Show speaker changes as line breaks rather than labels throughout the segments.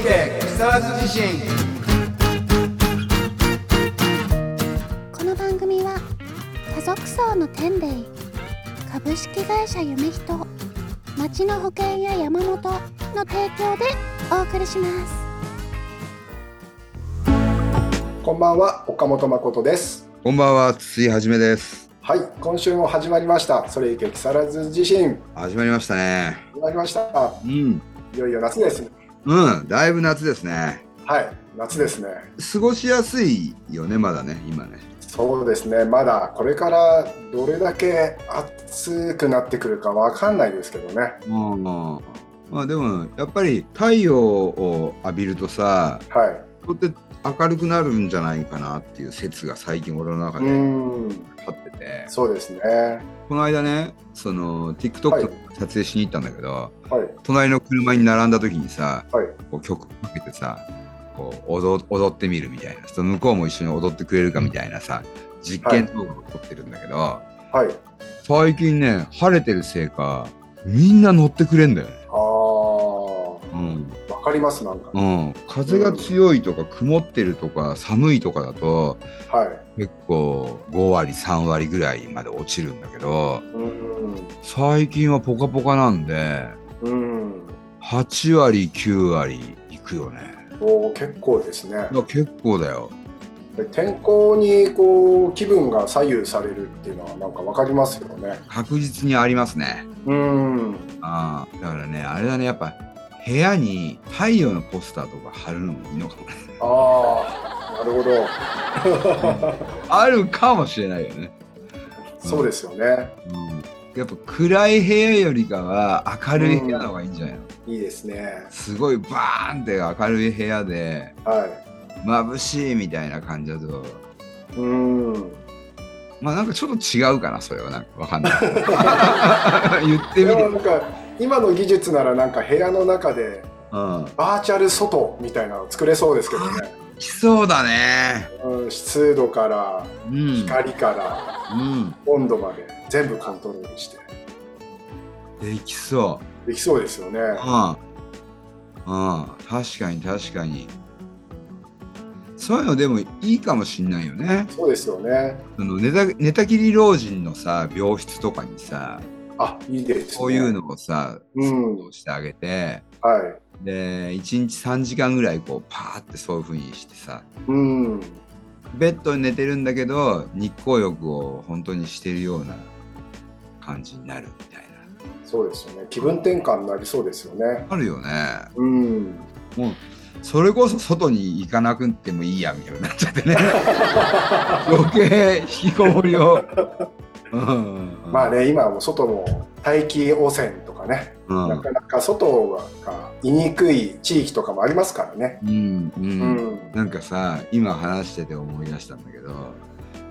サーズ地震
この番組は家族層の天霊株式会社夢人町の保険や山本の提供でお送りします
こんばんは、岡本誠です。
こんばんは筒井はじめです
はい、今週も始まりました。それいけ木更津地震、
始まりましたね
始まりました。
うん
いよいよ夏ですね。
うんだいぶ夏ですね
はい、夏ですね。
過ごしやすいよねまだね今ね
そうですね、まだこれからどれだけ暑くなってくるかわかんないですけどね。
うんまあでもやっぱり太陽を浴びるとさ
は
こうやって明るくなるんじゃないかなっていう説が最近俺の中
い。う
で
ーん、
立ってて
そうですね。
この間ねその TikTok の撮影しに行ったんだけど、
はい、
隣の車に並んだ時にさ
はい、
こう曲かけてさこう踊踊ってみるみたいなその向こうも一緒に踊ってくれるかみたいなさ実験動画を撮ってるんだけど、
はい。
最近ね晴れてるせいかみんな乗ってくれんだよね。
あー、
うん
わかります、なんか。
うん、風が強いとか曇ってるとか寒いとかだと
はい。
結構5割3割ぐらいまで落ちるんだけど
うーん、
最近はポカポカなんで
うーん。
8割9割いくよね
おー結構ですね
だ。から結構だよ
で天候にこう気分が左右されるっていうのはなんかわかりますよね。
確実にありますね
うん。
ああだからねあれだねやっぱ部屋に太陽のポスターとか貼るのもいいのかもね
ああ、なるほど。
あるかもしれないよね、
そうですよね。
うん、やっぱ暗い部屋よりかは明るい部屋の方がいいんじゃないの、
いいですね。
すごいバーンって明るい部屋で
は
眩しいみたいな感じだと
い。うん。
まあなんかちょっと違うかなそれはなんかわかんない 言って
で
みて
もなんか今の技術ならなんか部屋の中で
うん
バーチャル外みたいなの作れそうですけどね。
来そうだね
うん、湿度から
うん、
光から
うん、
温度まで全部コントロールして
できそう
できそうですよね。
うん。うん。確かに確かに。そういうのでもいいかもしんないよね。
そうですよね。
その寝た寝たきり老人のさ、病室とかにさ、
あ、いいです、ね。
そういう。のをさ、
うん
そうしてあげて、
はい。
で、1日3時間ぐらいこう、パーってそういう風にしてさ、
うん。
ベッドに寝てるんだけど、日光浴を本当にしてるような感じになるみたいな。
そうですよね。気分転換になりそうですよね。
あるよね。
うん。
もうそれこそ外に行かなくてもいいやみたいになっちゃって ね余計引きこもりを、うん
まあ、ね、今はもう外も大気汚染とかね、
うん
なかなか外が居にくい地域とかもありますからね。
うんう、
うんん。
なんかさ今話してて思い出したんだけど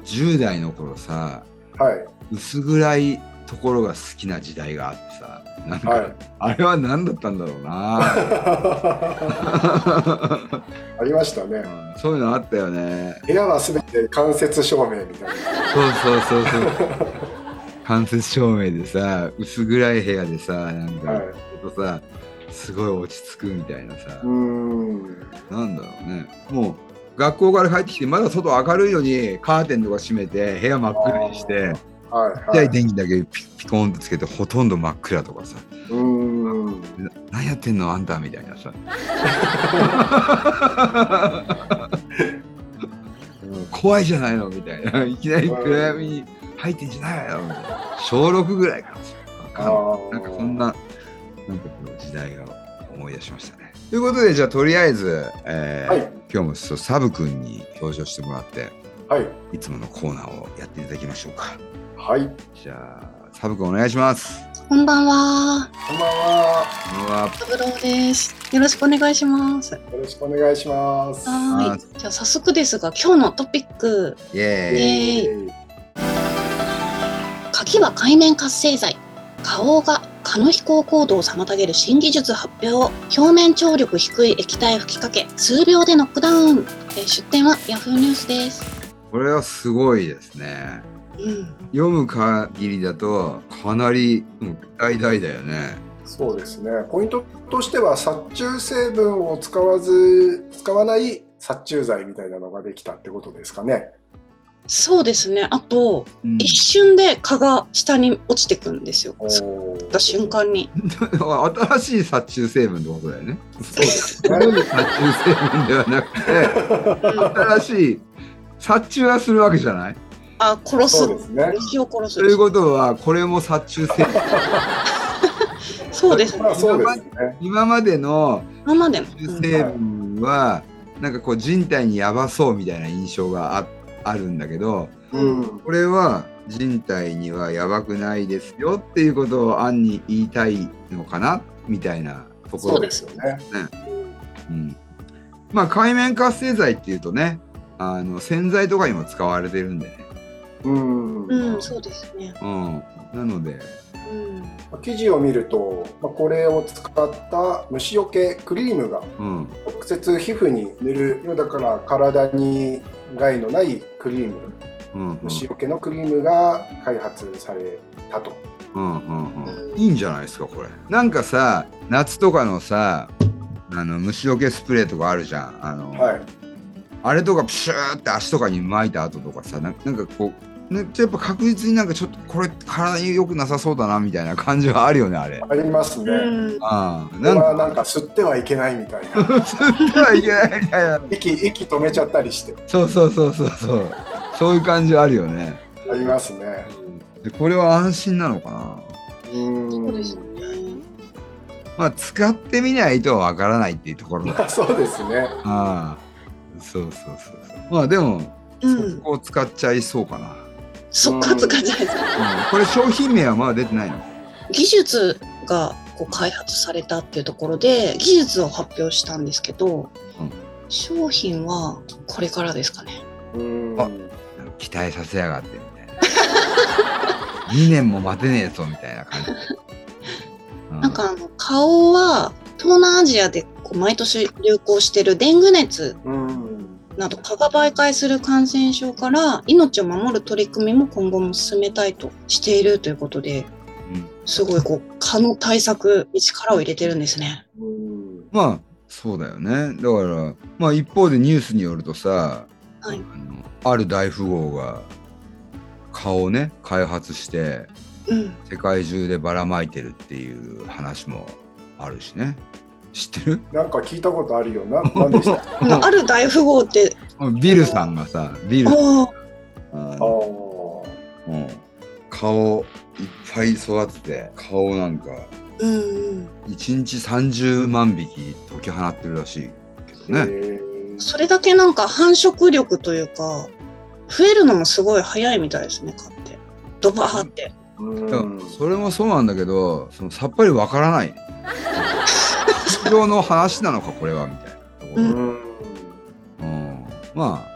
10代の頃さ
はい。
薄暗いところが好きな時代があってさなんか、
はい。
あれは何だったんだろう な
ありましたね。
うんそういうのあったよね
部屋はすべて間接照明みたい
そうそうそうそう。間接照明でさ、薄暗い部屋でさ、なんか、
はい
ちょっとさ、すごい落ち着くみたいなさ
な。、うん。
なんだろうね。もう、学校から帰ってきて、まだ外明るいのに、カーテンとか閉めて、部屋真っ暗にして、
はい、
ち
は
っちゃ
い
い。電気だけピピコンってつけて、ほとんど真っ暗とかさ、
うん。
な何やってんのあんたみたいなさ。もう怖いじゃないのみたいな。いきなり暗闇に入ってんじゃないよみたいな。小6ぐらいからさ。わかんない
ー
なんかそん。な、なんかこう時代が思い出しましたね。ということで、じゃあとりあえず、えー
はい。
今日もそうサブ君に登場してもらって、
はい。
いつものコーナーをやっていただきましょうか。
はい。
じゃあ、サブ君お願いします。
こんばんは、
こんばんは。
うわ
タブローです。よろしくお願いします。
よろしくお願いします。
は
あ
ーい。じゃあ早速ですが、今日のトピック、
イエーイ。
え鍵は海面活性剤。花王が蚊の飛行行動を妨げる新技術発表。表面張力低い液体吹きかけ、数秒でノックダウン。えー出典はヤフーニュースです。
これはすごいですね。
うん。
読む限りだとかなりもう大々だよね。
そうですね。ポイントとしては殺虫成分を使わず使わない殺虫剤みたいなのができたってことですかね。
そうですね。あと、
うん
一瞬で蚊が下に落ちてくんですよ。吸った瞬間に。
新しい殺虫成分ってことだよね。
そうですね。
古い殺虫成分ではなくて、新しい殺虫はするわけじゃない。
あ、殺す
そう。ですね。
虫を殺す
という。ことは、これも殺虫成分。
そうです。
まあそうですね。
今までの
今までの。
殺虫成分は、なんかこう人体にやばそうみたいな印象がああるんだけど、
うん。
これは人体にはやばくないですよっていうことを暗に言いたいのかなみたいなとこ
そ
ろ
う
で。
ですす
よね。
うん、まあ海面活性剤っていうとねあの洗剤とかにも使われてるんでね、
うん。
うん、そうですね。
うん、なので
うん。
記事を見ると、まあ、これを使った虫除けクリームが
うん
直接皮膚に塗るだから体に害のないクリーム
うんうん
虫除けのクリームが開発されたと。
うんうんうんいいんじゃないですかこれなんかさ夏とかのさあの虫除けスプレーとかあるじゃんあの、
はい。
あれとかプシューって足とかに巻いた後とかさなんなんかこうねやっぱ確実になんかちょっとこれ体に良くなさそうだなみたいな感じはあるよねあれ。
ありますね。
うん。
ああ
こ
な
れ
ん
は
か
なんか吸ってはいけないみたいな
吸ってはいけないみたいな
息息止めちゃったりして
そうそうそうそうそうそういう感じあるよね
ありますね
でこれは安心なのかな
うん
そうですね。
まあ使ってみないとわからないっていうところだ
まあそうですね
ああそうそうそうそうまあでも、
う
そ
ん。
こを使っちゃいそうかな、
そっかつかじゃないですか。
うん、これ商品名はまだ出てないの
技術がこう開発されたっていうところで技術を発表したんですけど、
うん
商品はこれからですかね
うん
あなんか期待させやがってみたいな2年も待てねえぞみたいな感じ、う
なんかあの顔は東南アジアでこう毎年流行してるデング熱
うん
など蚊が媒介する感染症から命を守る取り組みも今後も進めたいとしているということで
うん
すごいこう蚊の対策に力を入れてるんですね。
うん
まあそうだよねだからまあ一方でニュースによるとさ、
は
あ
い
のある大富豪が顔をね開発して
うん、
世界中でばらまいてるっていう話もあるしね知ってる
なんか聞いたことあるよな何でした あ
ある大富豪って
ビルさんがさビルさん
あ
あの
ー
うん顔いっぱい育てて顔なんか
ーうん
1日30万匹解き放ってるらしいけ
へ
どね。
ー
それだけなんか繁殖力というか、増えるのもすごい早いみたいですね、買って。ドバーって。
うん
だからそれもそうなんだけどそのさっぱりわからない本当の話なのかこれはみたいなところ、
うん
うんまあ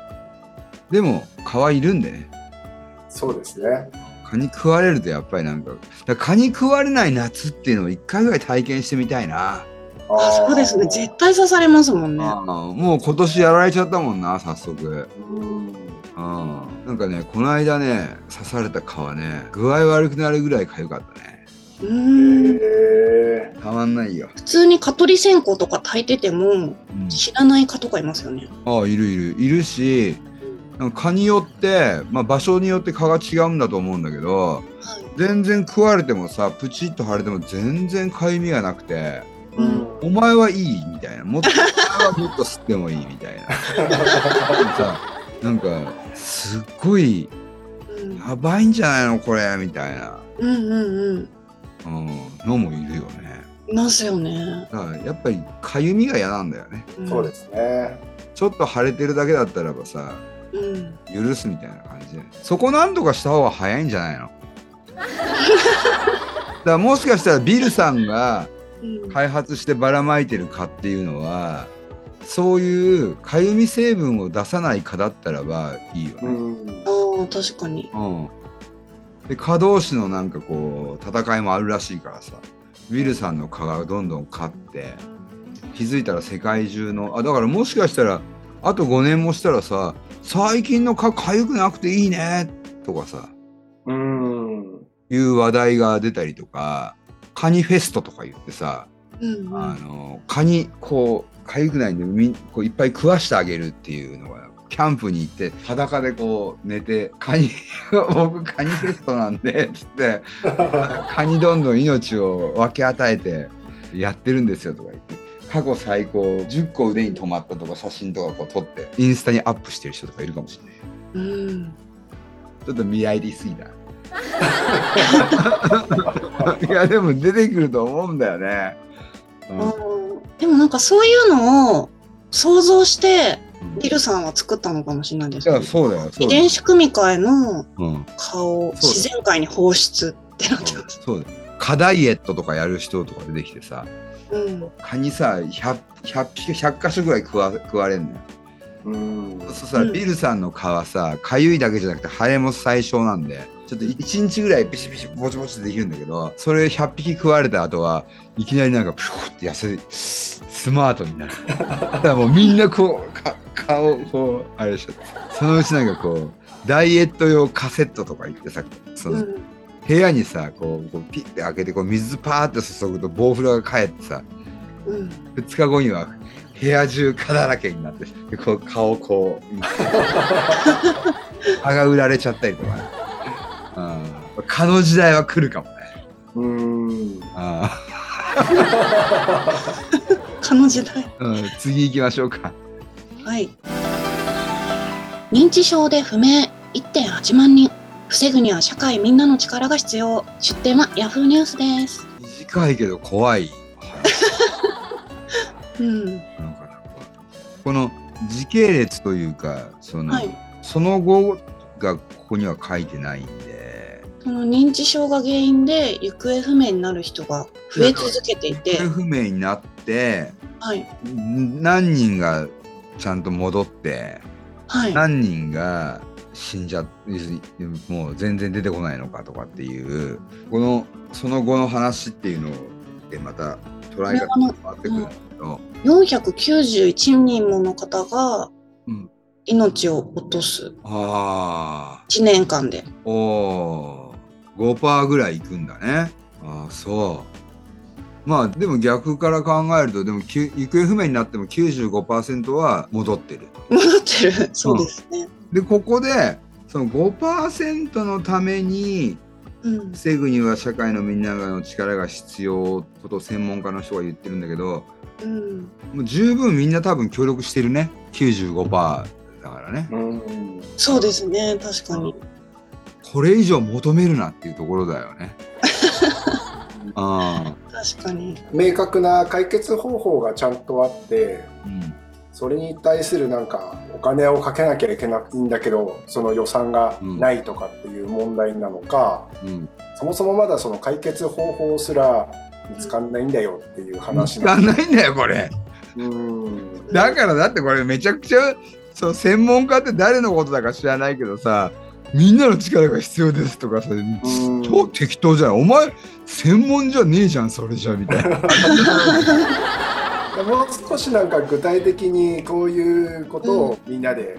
でも蚊はいるんでね
そうですね
蚊に食われるとやっぱりなんかだから蚊に食われない夏っていうのを1回ぐらい体験してみたいな、
あそうですね、絶対刺されますもんね。
あーもう今年やられちゃったもんな早速。
うん
うんなんかねこの間ね刺された蚊はね具合悪くなるぐらい痒かったね
う
へ
ーん
え
たまんないよ、
普通に蚊取り線香とか炊いてても、
うん
知らない蚊とかいますよね。
ああいるいるいるしなんか蚊によって、まあ、場所によって蚊が違うんだと思うんだけど
はい。
全然食われてもさプチッと腫れても全然かゆみがなくて「
う
お
ん
前はいい」みたいな「もっとお前はもっと吸ってもいい」み たいなさなんかすっごい
うん
やばいんじゃないのこれみたいな、
うんうんうん。
うん、のもいるよね
いますよね。
だからやっぱりかゆみが嫌なんだよね
うん
そうですね
ちょっと腫れてるだけだったらばさ
うん。
許すみたいな感じでそこなんとかした方が早いんじゃないのだからもしかしたらビルさんが
うん
開発してばらまいてる蚊っていうのはそういうかゆみ成分を出さない蚊だったらばいいよ
う
ね。
ん
ああ、確かに。
うんで蚊同士のなんかこう戦いもあるらしいからさウィルさんの蚊がどんどん勝って気づいたら世界中のあだからもしかしたらあと5年もしたらさ最近の蚊痒くなくていいねとかさ
うん
いう話題が出たりとかカニフェストとか言ってさ、
うんう
あ
ん、
のカニこうかゆくないんでみこういっぱい食わしてあげるっていうのがキャンプに行って裸でこう寝て「カニ 僕カニフェストなんで」つ ってカニどんどん命を分け与えてやってるんですよとか言って過去最高10個腕に止まったとか写真とかこう撮ってインスタにアップしてる人とかいるかもしれない
うん、
ちょっと見合いりすぎ たいやでも出てくると思うんだよね、うん
でもなんかそういうのを想像して
うん
ティルさんは作ったのかもしれないで
い
すね
やそうだよそう
遺
だよ
伝子組み換えの
うん
顔
そ
を
うです
自然界に放出ってなってます。
そうだよカダイエットとかやる人とか出てきてさ
うん、
蚊にさ 100, 100, 匹100箇所ぐらい食わ食われんのよ
うん
そうさ、
うん
ビルさんの蚊はさかゆいだけじゃなくてハエも最小なんでちょっと1日ぐらいピシピシボチボチってできるんだけどそれ100匹食われた後はいきなりなんかプシュって痩せスマートに なるだからもうみんなこうか顔こうあれでしょそのうちなんかこうダイエット用カセットとか言ってさその、
うん、
部屋にさこうこうピッて開けてこう水パーって注ぐとボウフラが返ってさ
うん、
2日後には部屋中蚊だらけになってでこう顔こう 蚊が売られちゃったりとかね、うん、蚊の時代は来るかもね
うん
あ
蚊の時代。
ー、うん、次行きましょうか
はい。認知症で不明1.8万人。防ぐには社会みんなの力が必要。出典はヤフーニュースです。
短いけど怖い
うん。
なんかなんかこの時系列というかその、
はい
その後がここには書いてないんで
その認知症が原因で行方不明になる人が増え続けていて
行、方不明になって
はい。
何人がちゃんと戻って
はい。
何人が死んじゃってもう全然出てこないのかとかっていうこのその後の話っていうのでまた捉え方が変わってくるんだけど、
491人もの方が
うん
命を落とす。
あ
1年間で。
あおー5%ぐらいいくんだねああそうまあでも逆から考えるとでもきゅ行方不明になっても95%は戻ってる
戻ってる。そうですね。
でここでその5%のために
うん。
防ぐには社会のみんなの力が必要ってことを専門家の人が言ってるんだけど
うん。
もう十分みんな多分協力してるね95%だからね
うん
そうですね。確かに。
これ以上求めるなっていうところだよね。あ
確かに。
明確な解決方法がちゃんとあって
あ、う
それに対するなんかお金をかけなきゃいけないんだけどその予算がないとかっていう問題なのか、
んうん、
そもそもまだその解決方法すら見つかんないんだよっていう
見
話
つかんないんだよこれ。
うん
だからだってこれめちゃくちゃその専門家って誰のことだか知らないけどさみんなの力が必要ですとかさ
ん
超適当じゃないお前専門じゃねえじゃんそれじゃみたいな。
もう少しなんか具体的にこういうことをみんなで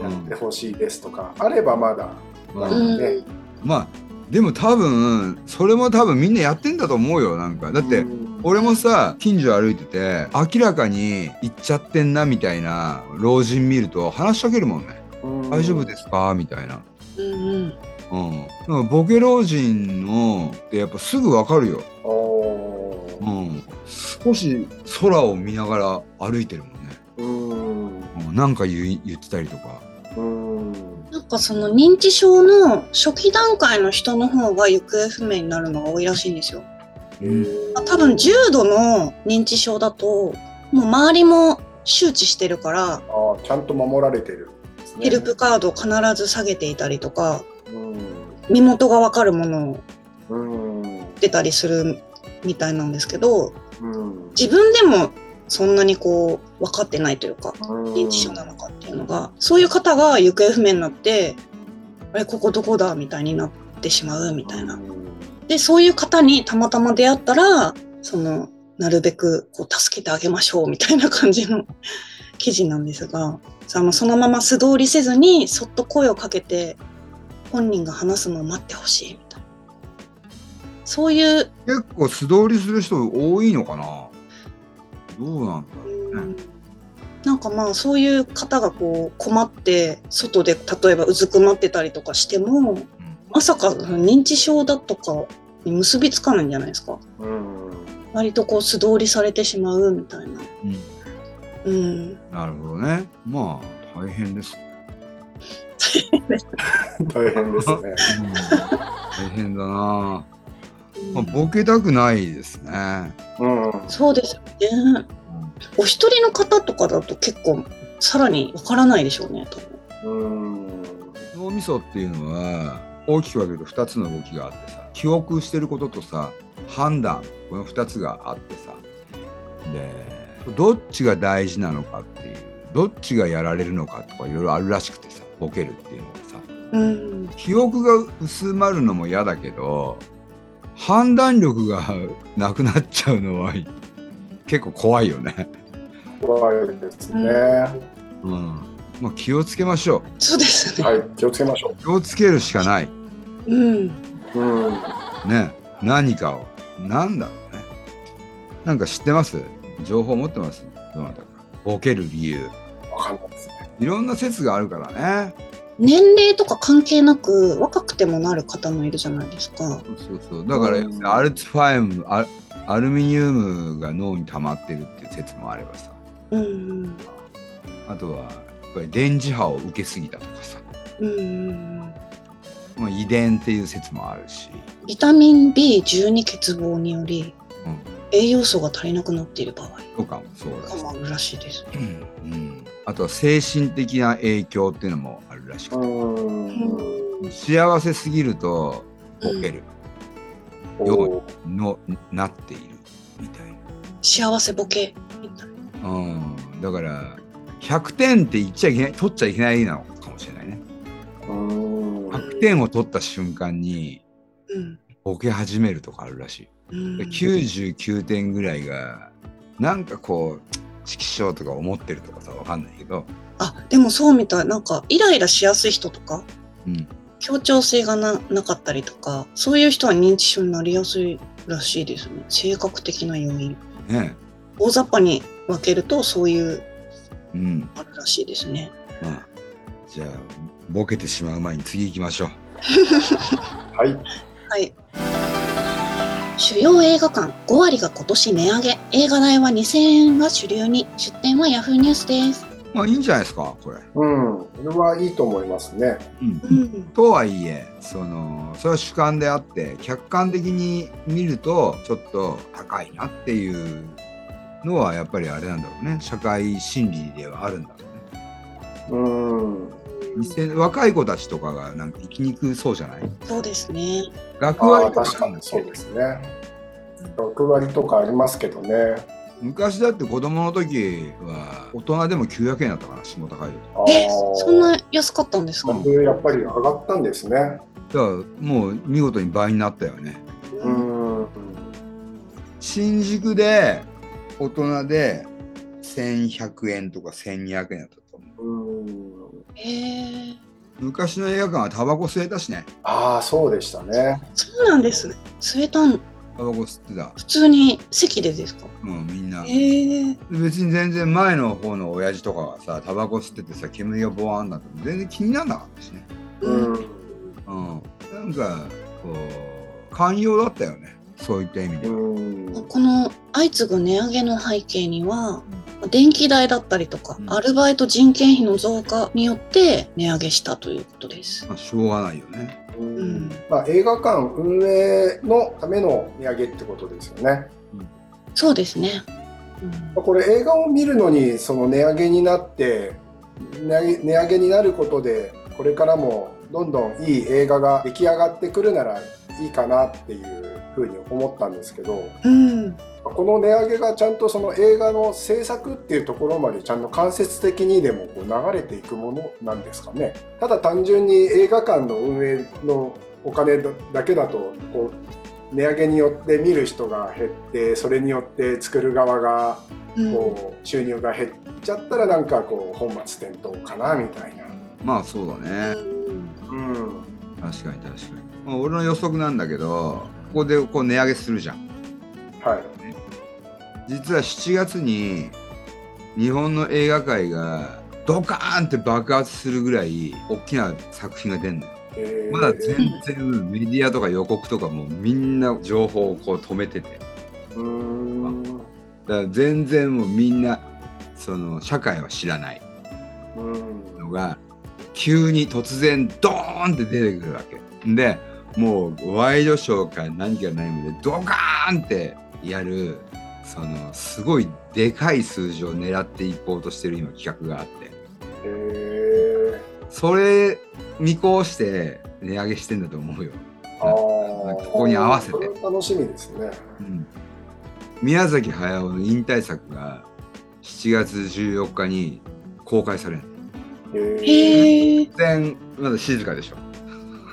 やってほしいですとか、あればまだ
うん
うん。
ね
まあでも多分それも多分みんなやってんだと思うよなんかだって、
うん
俺もさ近所歩いてて明らかに行っちゃってんなみたいな老人見ると話しかけるもんね「大丈夫ですか?」みたいな。
うんうん。
うん、だからボケ老人のってやっぱすぐ分かるよ、
おー
うん、少し空を見ながら歩いてるもんね、
うん
うん、なんか言い言ってたりとか
うん
なんかその認知症の初期段階の人の方が行方不明になるのが多いらしいんですよ。まあ多分重度の認知症だともう周りも周知してるから
あーちゃんと守られてるんですね
ヘルプカードを必ず下げていたりとか
うん
身元が分かるものを
うん
出たりするみたいなんですけど
うん
自分でもそんなにこう分かってないというか認知症なのかっていうのがそういう方が行方不明になってあれここどこだみたいになってしまうみたいな
う。ん
でそういう方にたまたま出会ったらそのなるべくこう助けてあげましょうみたいな感じの 記事なんですがそのそのまま素通りせずにそっと声をかけて本人が話すのを待ってほしいみたいなそういう、
結構素通りする人多いのかなどうなんだろう
うんなんかまあそういう方がこう困って外で例えばうずくまってたりとかしてもまさかその認知症だとかに結びつかないんじゃないですか
うん。
割とこう素通りされてしまうみたいな。
うん
うん、
なるほどねまあ大変です、うん
大変ですね。
大変だな、まあ、ボケたくないですね、
うん。
そうですよね。お一人の方とかだと結構さらにわからないでしょうね。多分
うん。
脳みそっていうのは大きく分けると2つの動きがあってさ記憶してることとさ判断この2つがあってさでどっちが大事なのかっていうどっちがやられるのかとかいろいろあるらしくてさボケるっていうのがさ
うん、
記憶が薄まるのも嫌だけど判断力がなくなっちゃうのは結構怖いよね。
怖いですね。
うんまあ、気をつけましょ
そうですね。
はい、気をつけましょ
う気をつけるしかない
うん、
う。うん。
ね何かをなんだろうねなんか知ってます情報持ってますどなたかボケる理由
わかんないですね。
いろんな説があるからね
年齢とか関係なく若くてもなる方もいるじゃないですか。
そうそうそうだから、
うん
アルツファイムアルアルミニウムが脳に溜まってるっていう説もあればさ
うん、
あとはやっぱり電磁波を受けすぎたとかさ、
うん、
まあ、遺伝っていう説もあるし
ビタミン B12 欠乏により
うん
栄養素が足りなくなっている場合
とかもそうだ
とか
し、
もあるらしいです。
うん、あとは精神的な影響っていうのもあるらしく
う
て、
ん。
幸せすぎるとボケる、
おー
のなっているみたい
幸せボケみたいな。
な、うん、だから100点って言っちゃいけない取っちゃいけないなのかもしれないね
うん。
100点を取った瞬間に
うん
ボケ始めるとかあるらし
うん
いで99点ぐらいがなんかこう色相とか思ってるとかさわかんないけど、
あでもそうみたいなんかイライラしやすい人とか
うん、
協調性がななかったりとかそういう人は認知症になりやすいらしいですね性格的な要因
ね
大雑把に分けるとそういう
うん
あるらしいですね
まあじゃあボケてしまう前に次行きましょう
はい。
はい主要映画館5割が今年値上げ映画代は2000円が主流に出店はヤフーニュースです、
まあいいんじゃないですかこれ、
うん。これはいいと思いますね。
うん
うん、
とはいえそのそれは主観であって客観的に見るとちょっと高いなっていうのはやっぱりあれなんだろうね社会心理ではあるんだろうね
うん。
2000若い子たちとかがなんか生きにくそうじゃない
そうですね
学
ああ、
割と
確
か
か
なん
に
だ
そう
け
ですね。6割とかありますけどね。
昔だって子供の時は大人でも900円だったかな下高いよ
あ
え
ー
そんな安かったんですか、
だいぶやっぱり上がったんですね。
だからもう見事に倍になったよね
うん。
新宿で大人で1100円とか1200円だったと思う
うん。
へえ
昔の映画館はタバコ吸えたしね
ああ、そうでしたね。
そうなんですね吸えたん
タバコ吸ってた
普通に席でですか
うんみんな
へえ
別に全然前の方の親父とかがさタバコ吸っててさ煙がボワーンだって全然気にならなかったしね
うん。
うんなんかこう寛容だったよねそういった意味では
うん。
この相次ぐ値上げの背景には電気代だったりとか、
うん
アルバイト人件費の増加によって値上げしたということです。
まあしょうがないよね
うん
まあ、映画館運営のための値上げってことですよね。
そうですね。
まあこれ映画を見るのにその値上げになって値上げ値上げになることでこれからもどんどんいい映画が出来上がってくるならいいかなっていうふうに思ったんですけど
うん、
この値上げがちゃんとその映画の制作っていうところまでちゃんと間接的にでもこう流れていくものなんですかねただ単純に映画館の運営のお金だけだとこう値上げによって見る人が減ってそれによって作る側が
うん、
こう収入が減っちゃったらなんかこう本末転倒かなみたいな。
まあそうだね
うん。
確かに確かに、まあ、俺の予測なんだけどこでこう値上げするじゃん
はい
実は7月に日本の映画界がドカーンって爆発するぐらい大きな作品が出るのよ
えー
まだ全然メディアとか予告とかもうみんな情報をこう止めてて
うーん
だから全然もうみんなその社会は知らない
うん
のが急に突然ドーンって出てくるわけでもうワイドショーか何か何かでドカーンってやるそのすごいでかい数字を狙っていこうとしてる今企画があって
えー
それ見越して値上げしてんだと思うよ、
あー
ここに合わせて
これ楽しみですね
うん、宮崎駿の引退作が7月14日に公開される
えー
へえ。
突然まだ静かでしょ、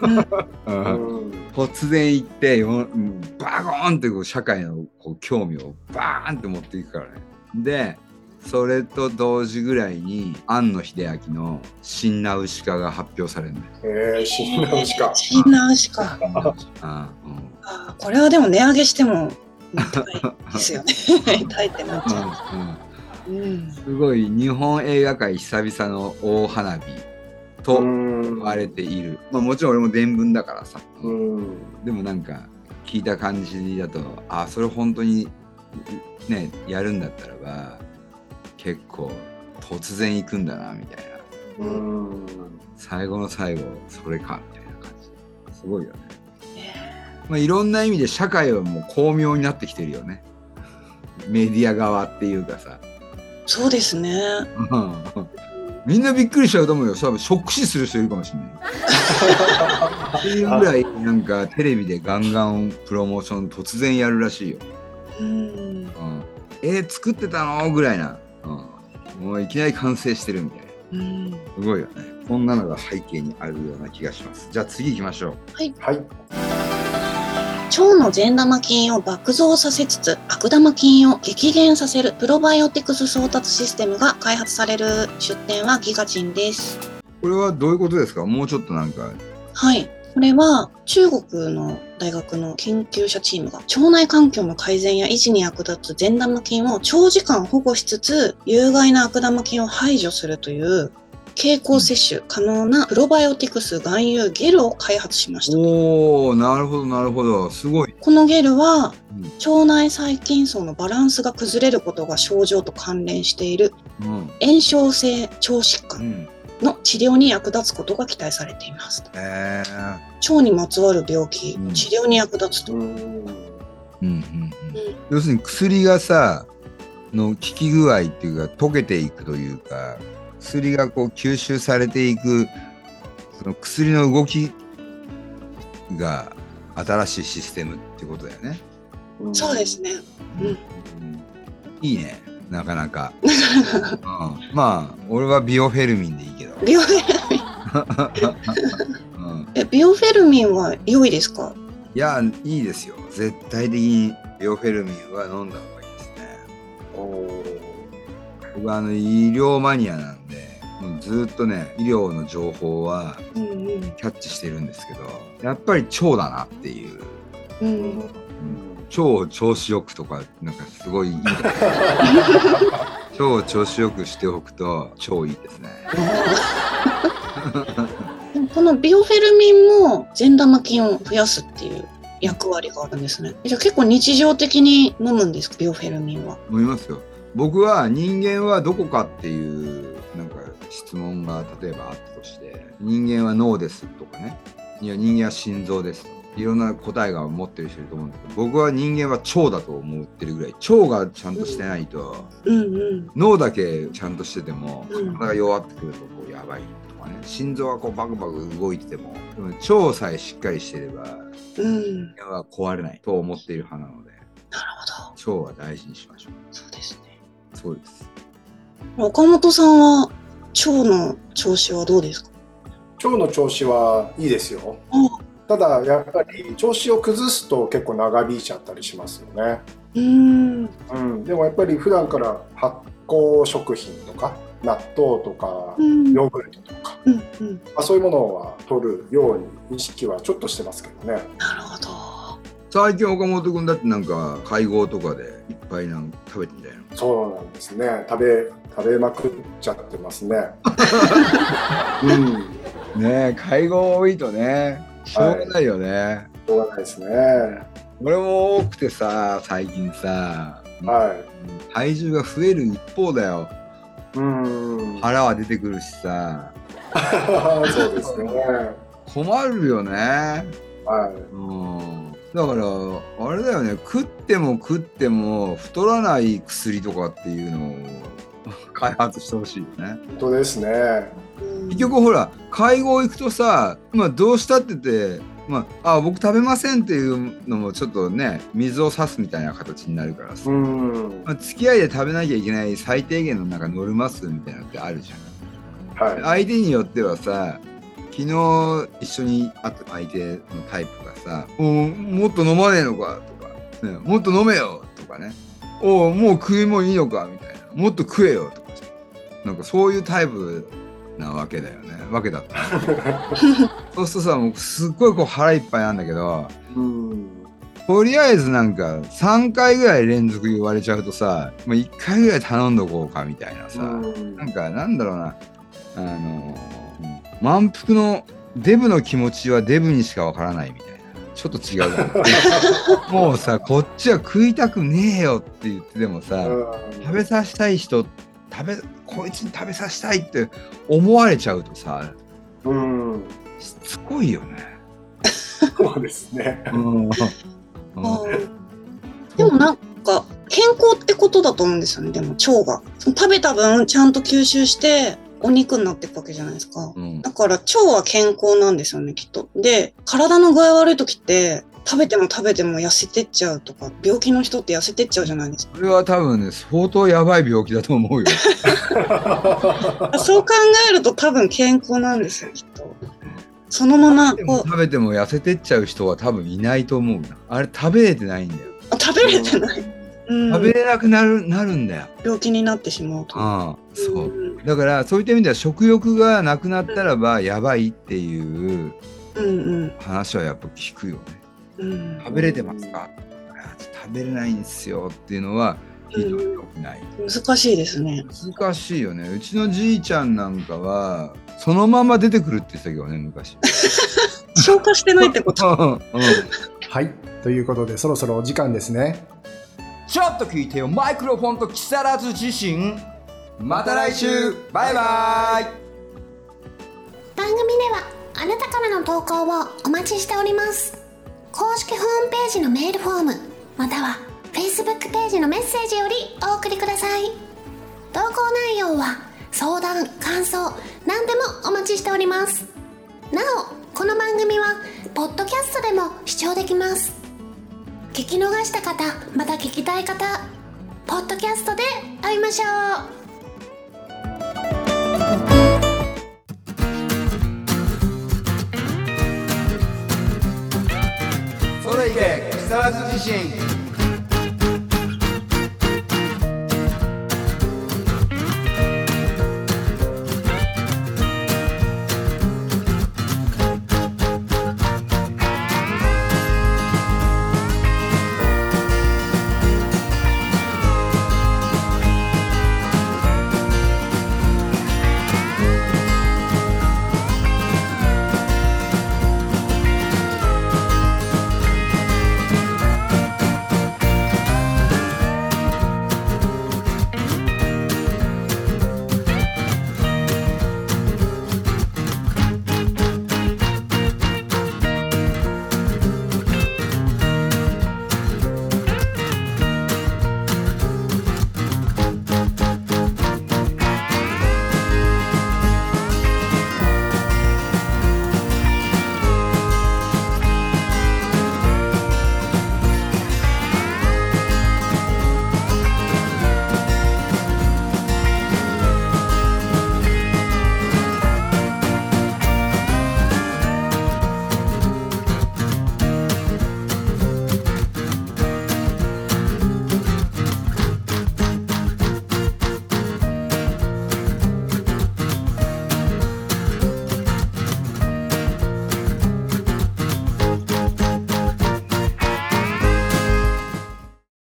うん
うん
突然行ってようんバゴーンってこう社会のこう興味をバーンって持っていくからね。でそれと同時ぐらいに庵野秀明の「新ナウシカ」が発表さ れるんだよ。
えー、新直しか。
新直しか。
あーうん
あーこれはでも値上げしても痛いです よね。痛いってなっちゃう。
うんうん
うん。
すごい日本映画界久々の大花火と言
ん
われている、まあ、もちろん俺も伝聞だからさ、
うん。
でもなんか聞いた感じだとあそれ本当にねやるんだったらば結構突然行くんだなみたいな
うん。
最後の最後それかみたいな感じすごいよね、
ね
まあ、いろんな意味で社会はもう巧妙になってきてるよねメディア側っていうかさ
そうですね。
みんなびっくりしちゃうと思うよ多分ショック死する人いるかもしれないっていうぐらいなんかテレビでガンガンプロモーション突然やるらしいよ
うん。
うん、えー作ってたのぐらいな、うん、もういきなり完成してるみたいな
うん。
すごいよねこんなのが背景にあるような気がしますじゃあ次行きましょう
はい。
腸の善玉菌を爆増させつつ悪玉菌を激減させるプロバイオティクス送達システムが開発される出展はギガチンです。
これはどういうことですかもうちょっとなんか
はい。これは中国の大学の研究者チームが腸内環境の改善や維持に役立つ善玉菌を長時間保護しつつ有害な悪玉菌を排除するという経口摂取可能なプロバイオティクス含有ゲルを開発しました。
おおなるほどなるほどすごい
このゲルは
うん
腸内細菌層のバランスが崩れることが症状と関連している
うん
炎症性腸疾
う
患
ん
の治療に役立つことが期待されています
えー、
腸にまつわる病気、
うん
治療に役立つと
うん。
うんうんうん要するに薬がさの効き具合っていうか溶けていくというか薬がこう吸収されていくその薬の動きが新しいシステムってことだよね。
ん
そうです。ねうん
いいねなかなか、うん、まあ俺はビオフェルミンでいいけど、
ビオフェル
うん、
えビオフェルミンは良いですか
いやいいですよ絶対的にビオフェルミンは飲んだ方がいいですね。
おー
僕はあの医療マニアなんでもうずっとね医療の情報は
うんうん
キャッチしてるんですけどやっぱり腸だなっていう、
う
うんん
腸を調子よくとかなんかすごいいい 腸を調子よくしておくと超いいですね。
でもこのビオフェルミンも善玉菌を増やすっていう役割があるんですねじゃあ結構日常的に飲むんですかビオフェルミンは
思いますよ。僕は人間はどこかっていうなんか質問が例えばあったとして人間は脳ですとかねいや人間は心臓ですとかいろんな答えが持ってる人いると思うんですけど僕は人間は腸だと思ってるぐらい腸がちゃんとしてないと、
うんうん
脳だけちゃんとしてても
うん
体が弱ってくるとこうやばいとかね心臓がこうバクバク動いててもでも腸さえしっかりしてれば
うん
人間は壊れないと思っている派なので
なるほど。
腸は大事にしましょ
そうですね。
うそうです。
岡本さんは腸の調子はどうですか。
腸の調子はいいですよ
うん。
ただやっぱり調子を崩すと結構長引いちゃったりしますよね。
うーん。
うん。でもやっぱり普段から発酵食品とか納豆とか
うん。
ヨーグルトとか、
うんうん。
まあそういうものは取るように意識はちょっとしてますけどね。
なるほど。
最近岡本君だってなんか会合とかでいっぱいなんか食べてんだよ
そうなんですね。食べ食べまくっちゃってますね。うん、
ねえ会合多いとねしょうがないよね、
しょうがないですね。
俺も多くてさ最近さ、
は
体重が増える一方だよ
い。うん。
腹は出てくるしさ
そうですね。
困るよね
は
うんだからあれだよね食っても食っても太らない薬とかっていうのを開発してほしいよね
い。本当ですね。
うん
結局ほら会合行くとさ、まあ、どうしたってて、まあ、あ僕食べませんっていうのもちょっとね水を差すみたいな形になるからさ、
うん。
ま
は
あ、付き合いで食べなきゃいけない最低限のなんかノルマ数みたいなのってあるじゃん
い。
相手によってはさ昨日一緒に会った相手のタイプがさ「おうもっと飲まねえのか」とか、ね「もっと飲めよ」とかね「おうもう食いもいいのか」みたいな「もっと食えよ」とかさなんかそういうタイプなわけだよねわけだった そうするとさもうすっごいこう腹いっぱいなんだけど
うん。
とりあえずなんか3回ぐらい連続言われちゃうとさもう1回ぐらい頼んどこうかみたいなさ、
うん
なんかなんだろうなあのー満腹のデブの気持ちはデブにしかわからないみたいなちょっと違うかな もうさこっちは食いたくねえよって言ってでもさ、食べさせたい人食べこいつに食べさせたいって思われちゃうとさ
うん。
しつこいよね。
そうですね。
うん
あーでもなんか健康ってことだと思うんですよねでも腸がその食べた分ちゃんと吸収してお肉になっていくわけじゃないですか
うん
だから腸は健康なんですよねきっとで体の具合悪い時って食べても食べても痩せてっちゃうとか病気の人って痩せてっちゃうじゃないですか
これは多分ね相当やばい病気だと思うよ。
そう考えると多分健康なんですよきっとそのまま
でも
こう
食べても痩せてっちゃう人は多分いないと思うな。あれ食べれてないんだよ。
あ食べれてない、うん、
食べれなくなるなるんだよ。
病気になってしまうと
ああそううんだからそういった意味では食欲がなくなったらばやばいっていう
うん
話はやっぱ聞くよね
うんうん
食べれてますかあちょっと食べれないんですよっていうのは聞いたことよくない
難しいですね
難しいよねうちのじいちゃんなんかはそのまま出てくるって言ってたけどね昔
消化してないってこと
うんうん
はい、ということでそろそろお時間ですね。
ちょっと聞いてよマイクロフォンと木更津自身また来週バイバイ
番組ではあなたからの投稿をお待ちしております公式ホームページのメールフォームまたは Facebook ページのメッセージよりお送りください投稿内容は相談感想何でもお待ちしておりますなおこの番組はポッドキャストでも視聴できます聞き逃した方また聞きたい方ポッドキャストで会いましょう
それいけ木更津自身